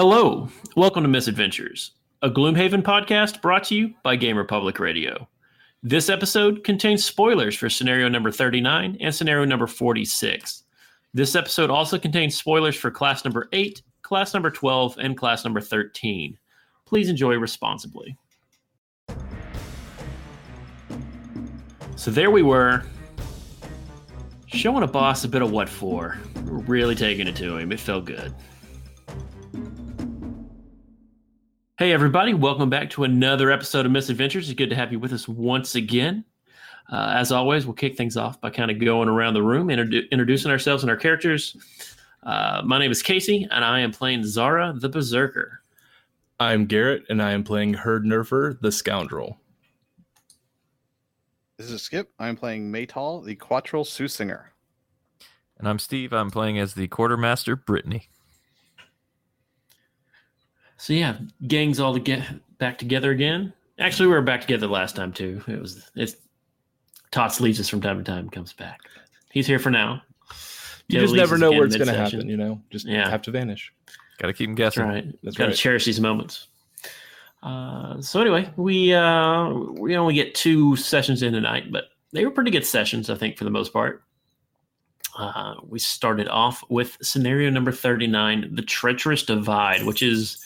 Hello, welcome to Misadventures, a Gloomhaven podcast brought to you by Game Republic Radio. This episode contains spoilers for scenario number 39 and scenario number 46. This episode also contains spoilers for class number 8, class number 12, and class number 13. Please enjoy responsibly. So there we were, showing a boss a bit of what for. We're really taking it to him. It felt good. Hey, everybody, welcome back to another episode of Misadventures. It's good to have you with us once again. Uh, as always, we'll kick things off by kind of going around the room, introdu- introducing ourselves and our characters. Uh, my name is Casey, and I am playing Zara the Berserker. I'm Garrett, and I am playing Herd Nerfer, the Scoundrel. This is Skip. I'm playing Maytal, the Quattril Soothsinger. And I'm Steve. I'm playing as the quartermaster, Brittany. So, yeah, gang's all to get back together again. Actually, we were back together last time, too. It was, it's Tots leaves us from time to time, comes back. He's here for now. You Joe just leaves never us know again where it's going to mid-session. happen, you know? Just Yeah. have to vanish. Got to keep him guessing. That's right. That's Got to right. cherish these moments. Uh, so anyway, we uh, we only get two sessions in tonight, but they were pretty good sessions, I think, for the most part. Uh, we started off with scenario number thirty-nine, the treacherous divide, which is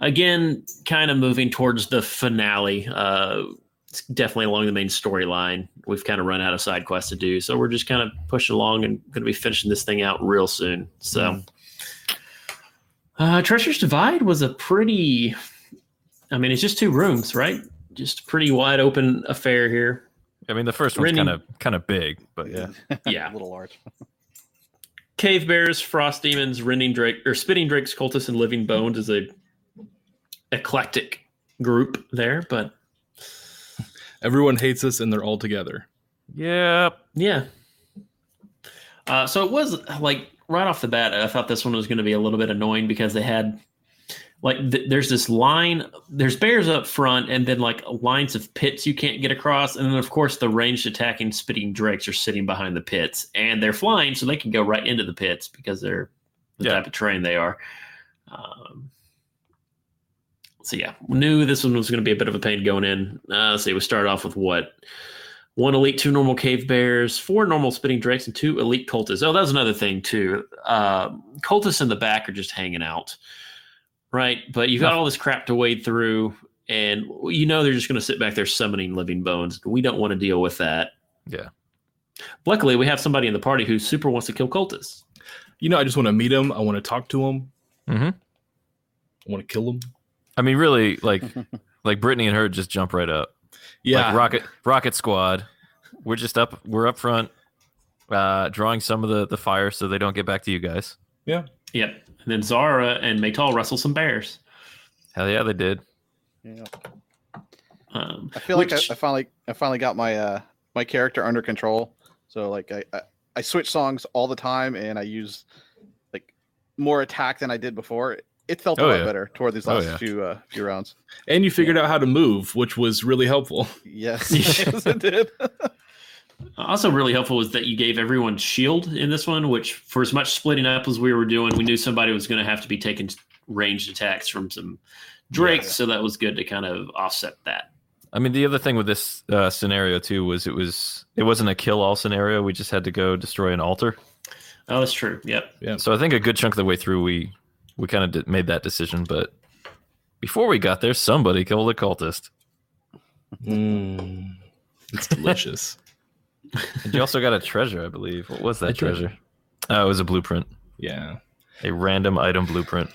again kind of moving towards the finale. Uh, it's definitely along the main storyline. We've kind of run out of side quests to do, so we're just kind of pushing along and going to be finishing this thing out real soon. So. Uh, Treacherous Divide was a pretty, I mean, it's just two rooms, right? Just pretty wide open affair here. I mean, the first one's Rennie- kind of kind of big, but Oh, yeah. a Yeah. little large. Cave Bears, Frost Demons, Rending Drake, or Spitting Drake's Cultists, and Living Bones is a eclectic group there. But Everyone hates us, and they're all together. Yep. yeah. Uh, so it was like right off the bat, I thought this one was going to be a little bit annoying because they had like th- there's this line there's bears up front and then like lines of pits you can't get across and then of course the ranged attacking spitting drakes are sitting behind the pits and they're flying so they can go right into the pits because they're the Yeah. type of terrain they are um, so yeah knew this one was going to be a bit of a pain going in uh, let's see we started off with what one elite two normal cave bears four normal spitting drakes and two elite cultists oh that was another thing too uh, cultists in the back are just hanging out Right, but you've got all this crap to wade through, and you know they're just going to sit back there summoning living bones. We don't want to deal with that. Yeah. Luckily, we have somebody in the party who super wants to kill cultists. You know, I just want to meet them. I want to talk to them. hmm I want to kill them. I mean, really, like like Brittany and her just jump right up. Yeah. Like rocket rocket squad. We're just up. We're up front, uh, drawing some of the the fire so they don't get back to you guys. Yep. And then Zara and Maytal wrestle some bears. Hell yeah, they did. Yeah. Um, I feel like which- I, I finally, I finally got my uh my character under control. So like I, I I switch songs all the time, and I use like more attack than I did before. It felt a Oh, lot yeah. better toward these Oh, last yeah. few uh, few rounds. and you figured out how to move, which was really helpful. Yes, Yes. yes it did. also really helpful was that you gave everyone shield in this one, which for as much splitting up as we were doing, we knew somebody was going to have to be taking ranged attacks from some drakes, Yeah. so that was good to kind of offset that. I mean, the other thing with this uh, scenario too was it was it wasn't a kill all scenario. We just had to go destroy an altar. Oh, that's true. Yep. So I think a good chunk of the way through, we we kind of did, made that decision. But before we got there, somebody killed a cultist. Mm, it's delicious. And you also got a treasure, I believe. What was that A treasure. treasure? Oh, it was a blueprint, yeah. a random item blueprint.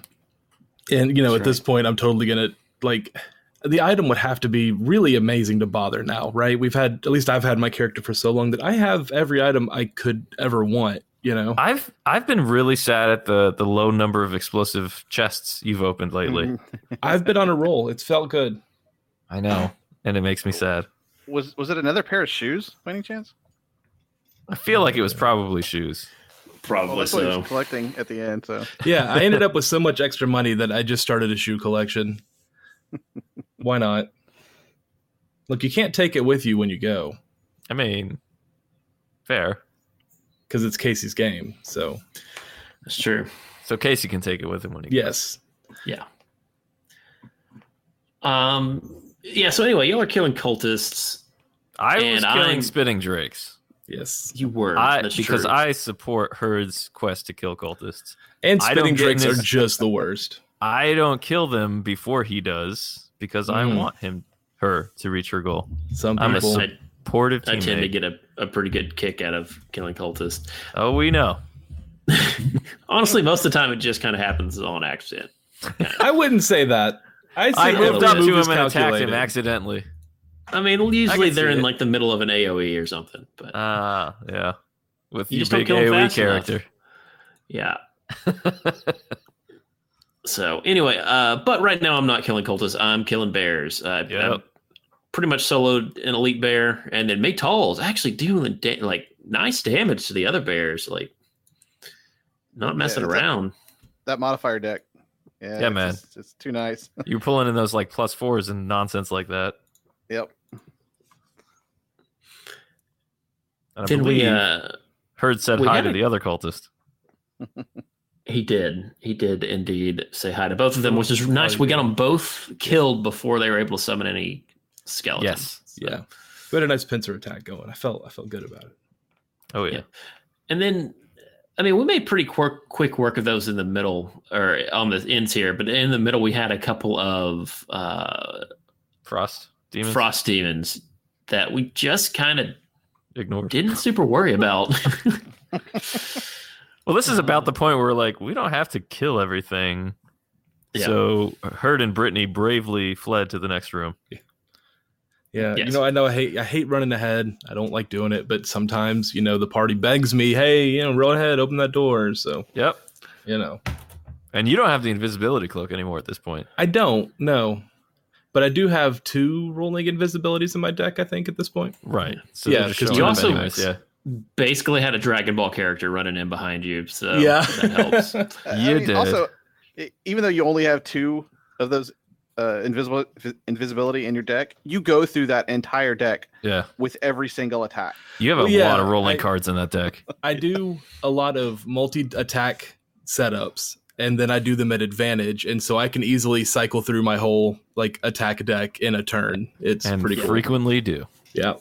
And you know, That's at this point, I'm totally gonna like the item would have to be really amazing to bother now, right? We've had at least I've had my character for so long that I have every item I could ever want. You know, I've I've been really sad at the the low number of explosive chests you've opened lately. Mhm. I've been on a roll. It's felt good. Mm-hmm. I know, and it makes me sad. Was was it another pair of shoes by any chance? I feel like it was probably shoes. Probably Well, that's what he so. was collecting at the end. So Yeah, I ended up with so much extra money that I just started a shoe collection. Why not? Look, you can't take it with you when you go I mean, fair. because it's Casey's game. So That's true. So Casey can take it with him when he. yes, Um, yeah. So anyway, y'all are killing cultists. I was And killing I'm- spitting drakes. Yes. You were I, that's because true. I support Herd's quest to kill cultists. And I don't spitting get drakes this- are just the worst. I don't kill them before he does because I Hmm. Mm. want him her to reach her goal. Some I'm a people. I, Portive I tend to teammate. get a, a pretty good kick out of killing cultists. oh, we know. Honestly, most of the time it just kind of happens on accident. I wouldn't say that. I, say I that moved the up move to is him and attacked him calculated. accidentally. I mean, usually see they're in it. like the middle of an AOE or something. But Ah, yeah. With You your just don't big kill him AoE fast enough. character. yeah. so anyway, uh, but right now I'm not killing cultists. I'm killing bears. Uh, I- Yep. I'm pretty much soloed an elite bear, and then Maytal is actually doing da- like nice damage to the other bears. Like not messing it's a- around. That modifier deck. Yeah, Yeah, it's man. just- it's too nice. You're pulling in those like plus fours and nonsense like that. Yep. And I then believe we uh, Herd said we hi had to a- the other cultist. He did. He did indeed say hi to both of them, which is Oh, nice. he We got did. them both killed before they were able to summon any skeletons. Yes. Yeah. We had a nice pincer attack going. I felt I felt good about it. Oh yeah. And then, I mean, we made pretty quirk, quick work of those in the middle or on the ends here, but in the middle, we had a couple of uh, Frost demons. frost demons that we just kind of Ignore. didn't super worry about. Well, this is Um, about the point where like we don't have to kill everything. Yeah. So Herd and Brittany bravely fled to the next room. Yeah, you Yes. know, I know I hate I hate running ahead. I don't like doing it, but sometimes you know the party begs me, hey, you know, roll ahead, open that door. So Yep. you know, And you don't have the invisibility cloak anymore at this point. I don't know, but I do have two rolling invisibilities in my deck. I think at this point, Right. So Yeah, they're because showing you up also- anyways, yeah. Basically, had a Dragon Ball character running in behind you, Oh, so Yeah. that helps. I- You I did. Also, e- even though you only have two of those uh, invisible f- invisibility in your deck, you go through that entire deck Yeah. with every single attack. You have a Well, yeah, lot of rolling I- cards in that deck. I do a lot of multi attack setups, and then I do them at advantage, and so I can easily cycle through my whole like attack deck in a turn. It's and pretty cool. frequently do. Yeah.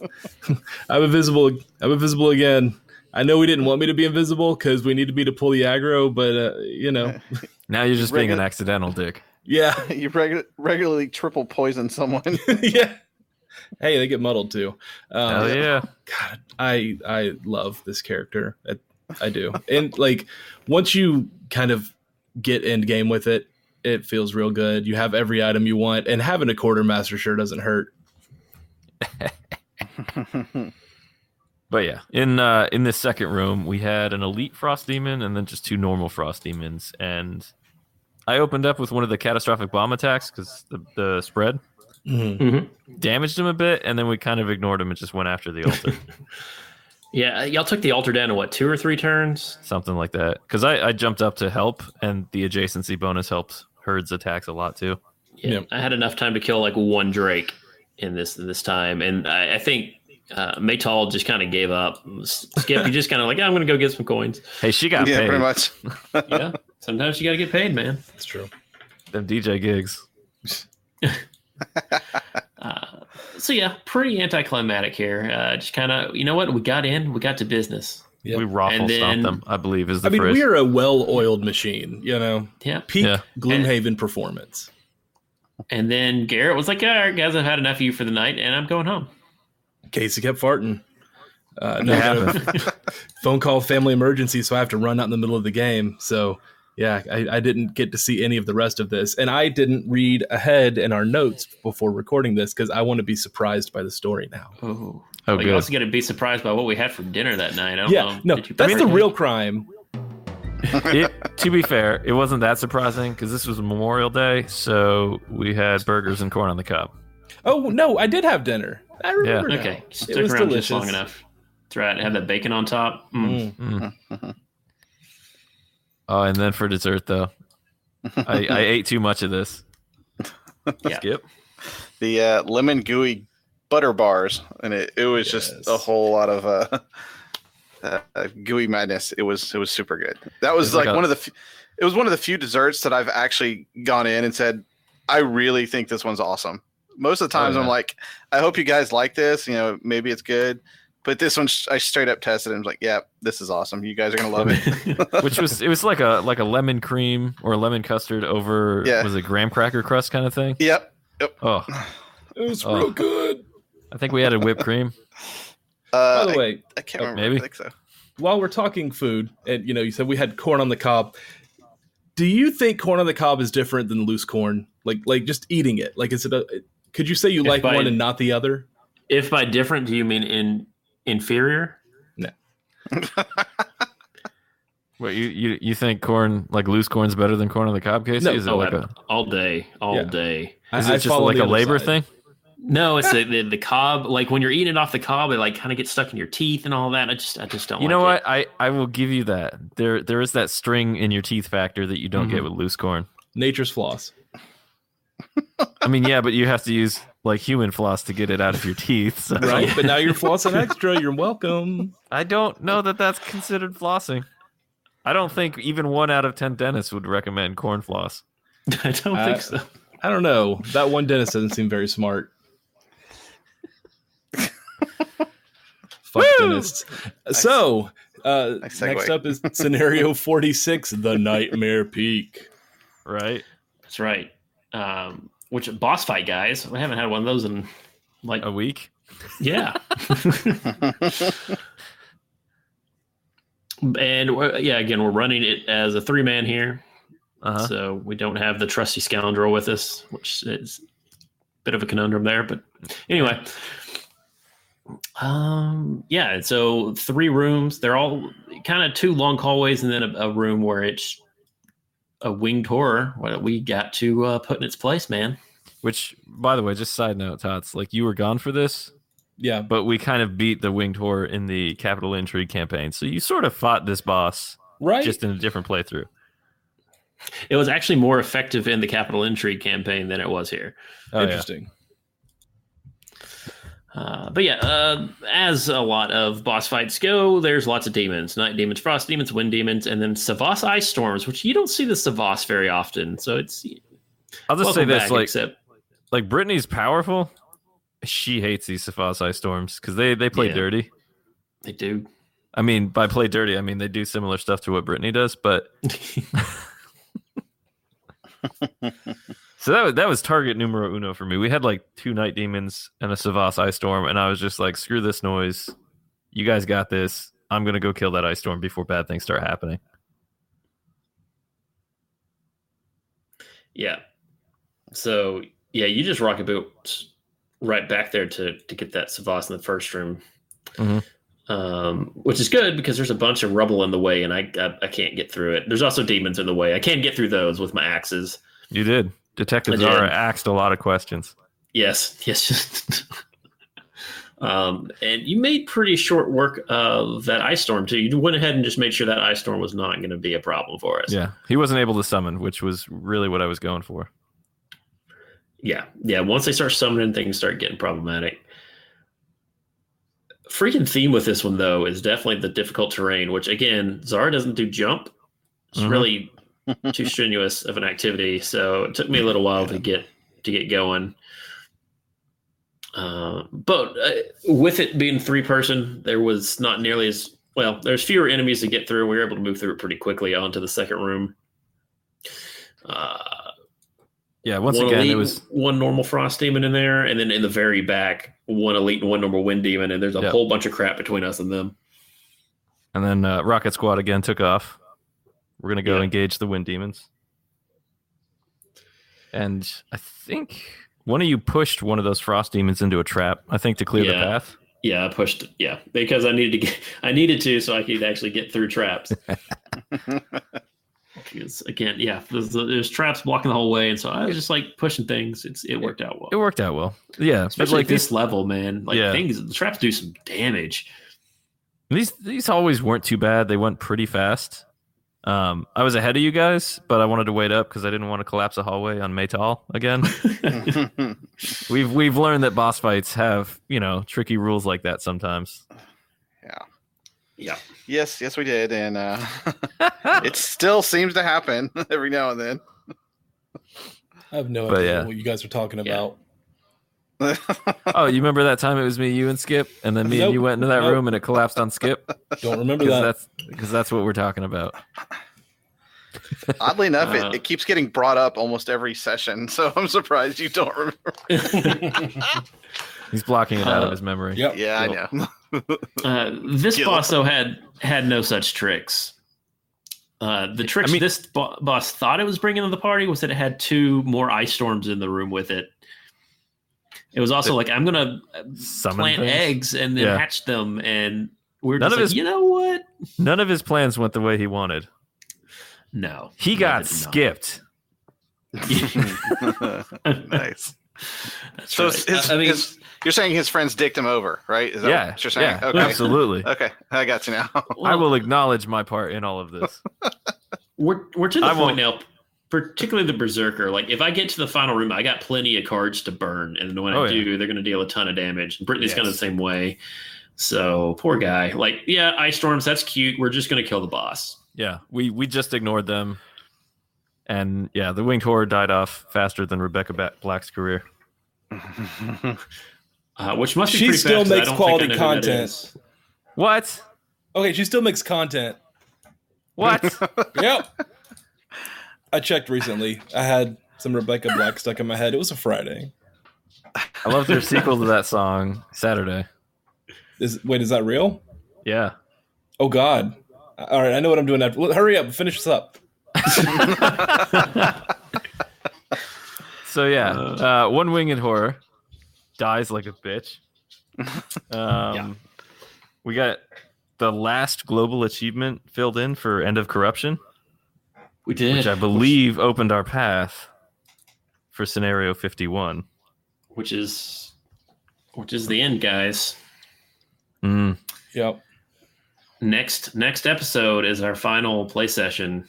I'm invisible. I'm invisible again. I know we didn't want me to be invisible because we needed me to pull the aggro, but uh, you know, Now you're just being an Regular- accidental dick. yeah, you regu- regularly triple poison someone. yeah. Hey, they get muddled too. Um, Hell yeah. God, I I love this character. I, I do, and like once you kind of get end game with it, it feels real good. You have every item you want, and having a quartermaster sure doesn't hurt. But yeah, in uh, in this second room, we had an elite frost demon and then just two normal frost demons. And I opened up with one of the catastrophic bomb attacks because the, the spread damaged him a bit, and then we kind of ignored him and just went after the altar, Yeah, uh, y'all took the altar down in what two or three turns? something like that. Because I, I jumped up to help, and the adjacency bonus helped Herd's attacks a lot too. Yeah, Yeah. I had enough time to kill like one Drake in this this time, and I, I think uh, Maytal just kind of gave up. Skip, you just kind of like, "Yeah, I'm gonna go get some coins. Hey, she got yeah, pretty paid. much. Yeah, sometimes you gotta get paid, man. That's true. Them DJ gigs. Uh, so yeah, pretty anticlimactic here. Uh, just kind of, you know what? We got in, we got to business. Yep. We raffle And then- stomped them, I believe, is the I mean, phrase. we are a well-oiled machine. You know, Yeah, peak Yeah. Gloomhaven performance. and then Garrett was like, "All right, guys, I've had enough of you for the night, and I'm going home." Casey kept farting. Uh, no, It I got a happened. phone call, family emergency, so I have to run out in the middle of the game. So yeah, I, I didn't get to see any of the rest of this, and I didn't read ahead in our notes before recording this because I want to be surprised by the story now. Oh, Oh, like, you good. also gonna be surprised by what we had for dinner that night. I don't Yeah, know. no, Oh, Did you that's the partake? real crime. it, to be fair, it wasn't that surprising because this was Memorial Day, so we had burgers and corn on the cob. Oh no, I did have dinner. I remember. now. Okay, It stick was around just delicious. long enough. That's right. Have that bacon on top. Mm. Mm. Mm. Oh, and then for dessert though, I, I ate too much of this. Yeah. Skip. the uh, lemon gooey butter bars, and it, it was Yes. just a whole lot of uh, uh, gooey madness. It was it was super good. That was It's like like, a- one of the f- it was one of the few desserts that I've actually gone in and said, I really think this one's awesome. Most of the Oh, times I'm yeah. like, I hope you guys like this. You know, maybe it's good. But this one, sh- I straight up tested it and was like, yeah, this is awesome. You guys are going to love it. Mm. which was it was like a like a lemon cream or a lemon custard over Yeah. was it graham cracker crust kind of thing. yep. Oh, Hmm. It was Oh. real good. I think we added whipped cream. Uh, By I- the way, I, can't remember. maybe. I think so. while we're talking food, and you know, you said we had corn on the cob. Do you think corn on the cob is different than loose corn? Like, like just eating it? Like, is it a? Could you say you If like I- one and not the other? If by different, do you mean in inferior? What you, you you think corn like loose corn's better than corn on the cob case? No. is it Oh, like ab- a all day, all Yeah. day. is I- I it just follow like the a other labor side. thing? No, it's the, the the cob. Like when you're eating it off the cob, it like kind of gets stuck in your teeth and all that. I just I just don't. You know like what? I I will give you that. There there is that string in your teeth factor that you don't Mm-hmm. get with loose corn. Nature's floss. I mean, yeah, but you have to use like human floss to get it out of your teeth. So right? But now you're flossing extra. You're welcome. I don't know that that's considered flossing. I don't think even one out of ten dentists would recommend corn floss. It. I don't I- think so. I don't know. That one dentist doesn't seem very smart. Fuck Woo! dentists. So, uh, Nice segue. next up is scenario 46 The Nightmare Peak. Right? That's right. Um, which boss fight, guys? I haven't had one of those in like A week. Oh, yeah. and we're, yeah, again, we're running it as a three man here, Uh-huh. so we don't have the trusty scoundrel with us, which is a bit of a conundrum there. But anyway, um, yeah. and So three rooms. They're all kind of two long hallways, and then a, a room where it's a winged horror. What we got to uh, put in its place, man. Which, by the way, just side note, Tots, like you were gone for this, Yeah. but we kind of beat the winged horror in the capital intrigue campaign. So you sort of fought this boss Right? just in a different playthrough. It was actually more effective in the capital intrigue campaign than it was here. Oh, yeah. Interesting. Uh, but yeah, uh, as a lot of boss fights go, there's lots of demons: night demons, frost demons, wind demons, and then Savas ice storms, which you don't see the Savas very often. So it's I'll just welcome say this back, like except like Brittany's powerful. She hates these Safasai storms because they, they play Yeah. dirty. they do. I mean, by play dirty, I mean they do similar stuff to what Brittany does, but So that was, that was target numero uno for me. We had like two night demons and a Savas ice storm, and I was just like, screw this noise. You guys got this. I'm gonna go kill that ice storm before bad things start happening. yeah. So yeah, you just rock a boot right back there to to get that Savas in the first room, Mhm. um, which is good because there's a bunch of rubble in the way, and I, I I can't get through it. There's also demons in the way. I can get through those with my axes. You did. Detective I did. Zara asked a lot of questions. Yes, yes. um, and you made pretty short work of that ice storm too. You went ahead and just made sure that ice storm was not going to be a problem for us. Yeah, he wasn't able to summon, which was really what I was going for. yeah, yeah. Once they start summoning, things start getting problematic. Freaking theme with this one though is definitely the difficult terrain, which again, Zara doesn't do jump. It's Mhm. really too strenuous of an activity, so it took me a little while to get to get going. Uh, but uh, with it being three person, there was not nearly as well. There's fewer enemies to get through. We were able to move through it pretty quickly onto the second room. Uh, Yeah, once one again, elite, it was one normal frost demon in there, and then in the very back, one elite and one normal wind demon, and there's a Yep. whole bunch of crap between us and them. and then uh, Rocket Squad again took off. We're gonna go Yeah. engage the wind demons. And I think one of you pushed one of those frost demons into a trap. I think to clear the Yeah. path. Yeah, I pushed. Yeah, because I needed to get, I needed to, so I could actually get through traps. Because again, yeah, there's, there's traps blocking the whole way, and so I was just like pushing things. It's it worked out well, It worked out well. Yeah, but especially like like these this level, man. Like Yeah. things, the traps do some damage. these these always weren't too bad. They went pretty fast. Um, I was ahead of you guys, but I wanted to wait up because I didn't want to collapse a hallway on Maytal again. we've we've learned that boss fights have you know tricky rules like that sometimes. Yeah. Yeah. Yes, yes, we did, and uh, it still seems to happen every now and then. I have no But idea yeah. what you guys were talking Yeah. about. Oh, you remember that time it was me, you, and Skip, and then me and you Nope. went into that Nope. room and it collapsed on Skip Don't remember because that. that's because that's what we're talking about. Oddly enough, Uh. it, it keeps getting brought up almost every session, so I'm surprised you don't remember. He's blocking it out Uh, of his memory. Yep. Yeah, I know. Uh, this Kill. boss though had had no such tricks. Uh, the tricks I mean- this bo- boss thought it was bringing to the party was that it had two more ice storms in the room with it. It was also like I'm gonna Summon plant things. eggs and then Yeah. hatch them, and we're None just of like, his- you know what? None of his plans went the way he wanted. No, He no, got it did not. skipped. nice. That's So right. his, his, I- I mean- you're saying his friends dicked him over, right? Is that yeah, what you're saying? yeah, okay. absolutely. Okay, I got you now. I Well, will acknowledge my part in all of this. We're we're to the I point now, won't- particularly the berserker. Like if I get to the final room, I got plenty of cards to burn, and when Oh, I yeah. do, they're going to deal a ton of damage. And Brittany's kind of Yes. the same way. So poor guy. Like yeah, ice storms. That's cute. We're just going to kill the boss. Yeah, we we just ignored them, and yeah, the winged horror died off faster than Rebecca Ba- Black's career. Uh, which must be She pretty still fast, 'cause I makes don't think I quality know who that content. is. What? Okay, she still makes content. What? Yep. I checked recently. I had some Rebecca Black stuck in my head. It was a Friday. I love their sequel to that song, Saturday. Is wait, is that real? Yeah. Oh God. All right, I know what I'm doing after. Well, hurry up, finish this up. So yeah, uh, one winged horror dies like a bitch. Um, We got the last global achievement filled in for End of Corruption, We which did, I believe opened our path for scenario 51. which is which is the end, guys. Mm. Yep. Next next episode is our final play session.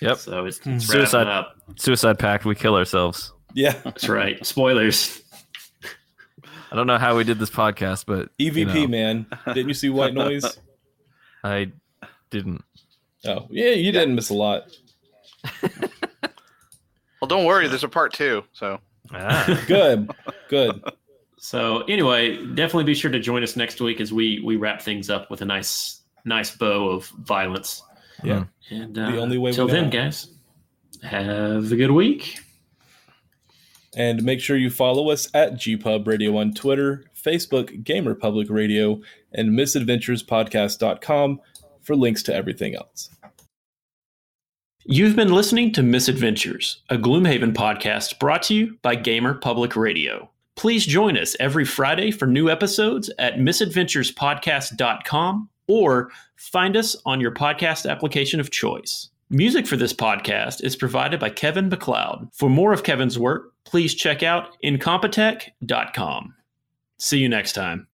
Yep. Hmm. So it's, it's Suicide- wrapping up. Suicide Pact, we kill ourselves. Yeah. That's right. Spoilers. I don't know how we did this podcast, but you EVP know, E man. Didn't you see White Noise? I didn't. Oh yeah, you didn't miss a lot. well, don't worry. There's a part two. So Ah. Good. Good. So anyway, definitely be sure to join us next week as we we wrap things up with a nice nice bow of violence. Yeah. And uh, The only way we till know then, how. guys, have a good week. And make sure you follow us at GPub Radio on Twitter, Facebook, Gamer Public Radio, and misadventurespodcast.com for links to everything else. You've been listening to Misadventures, a Gloomhaven podcast brought to you by Gamer Public Radio. Please join us every Friday for new episodes at misadventurespodcast.com or find us on your podcast application of choice. Music for this podcast is provided by Kevin McLeod. For more of Kevin's work, please check out incompetech.com. See you next time.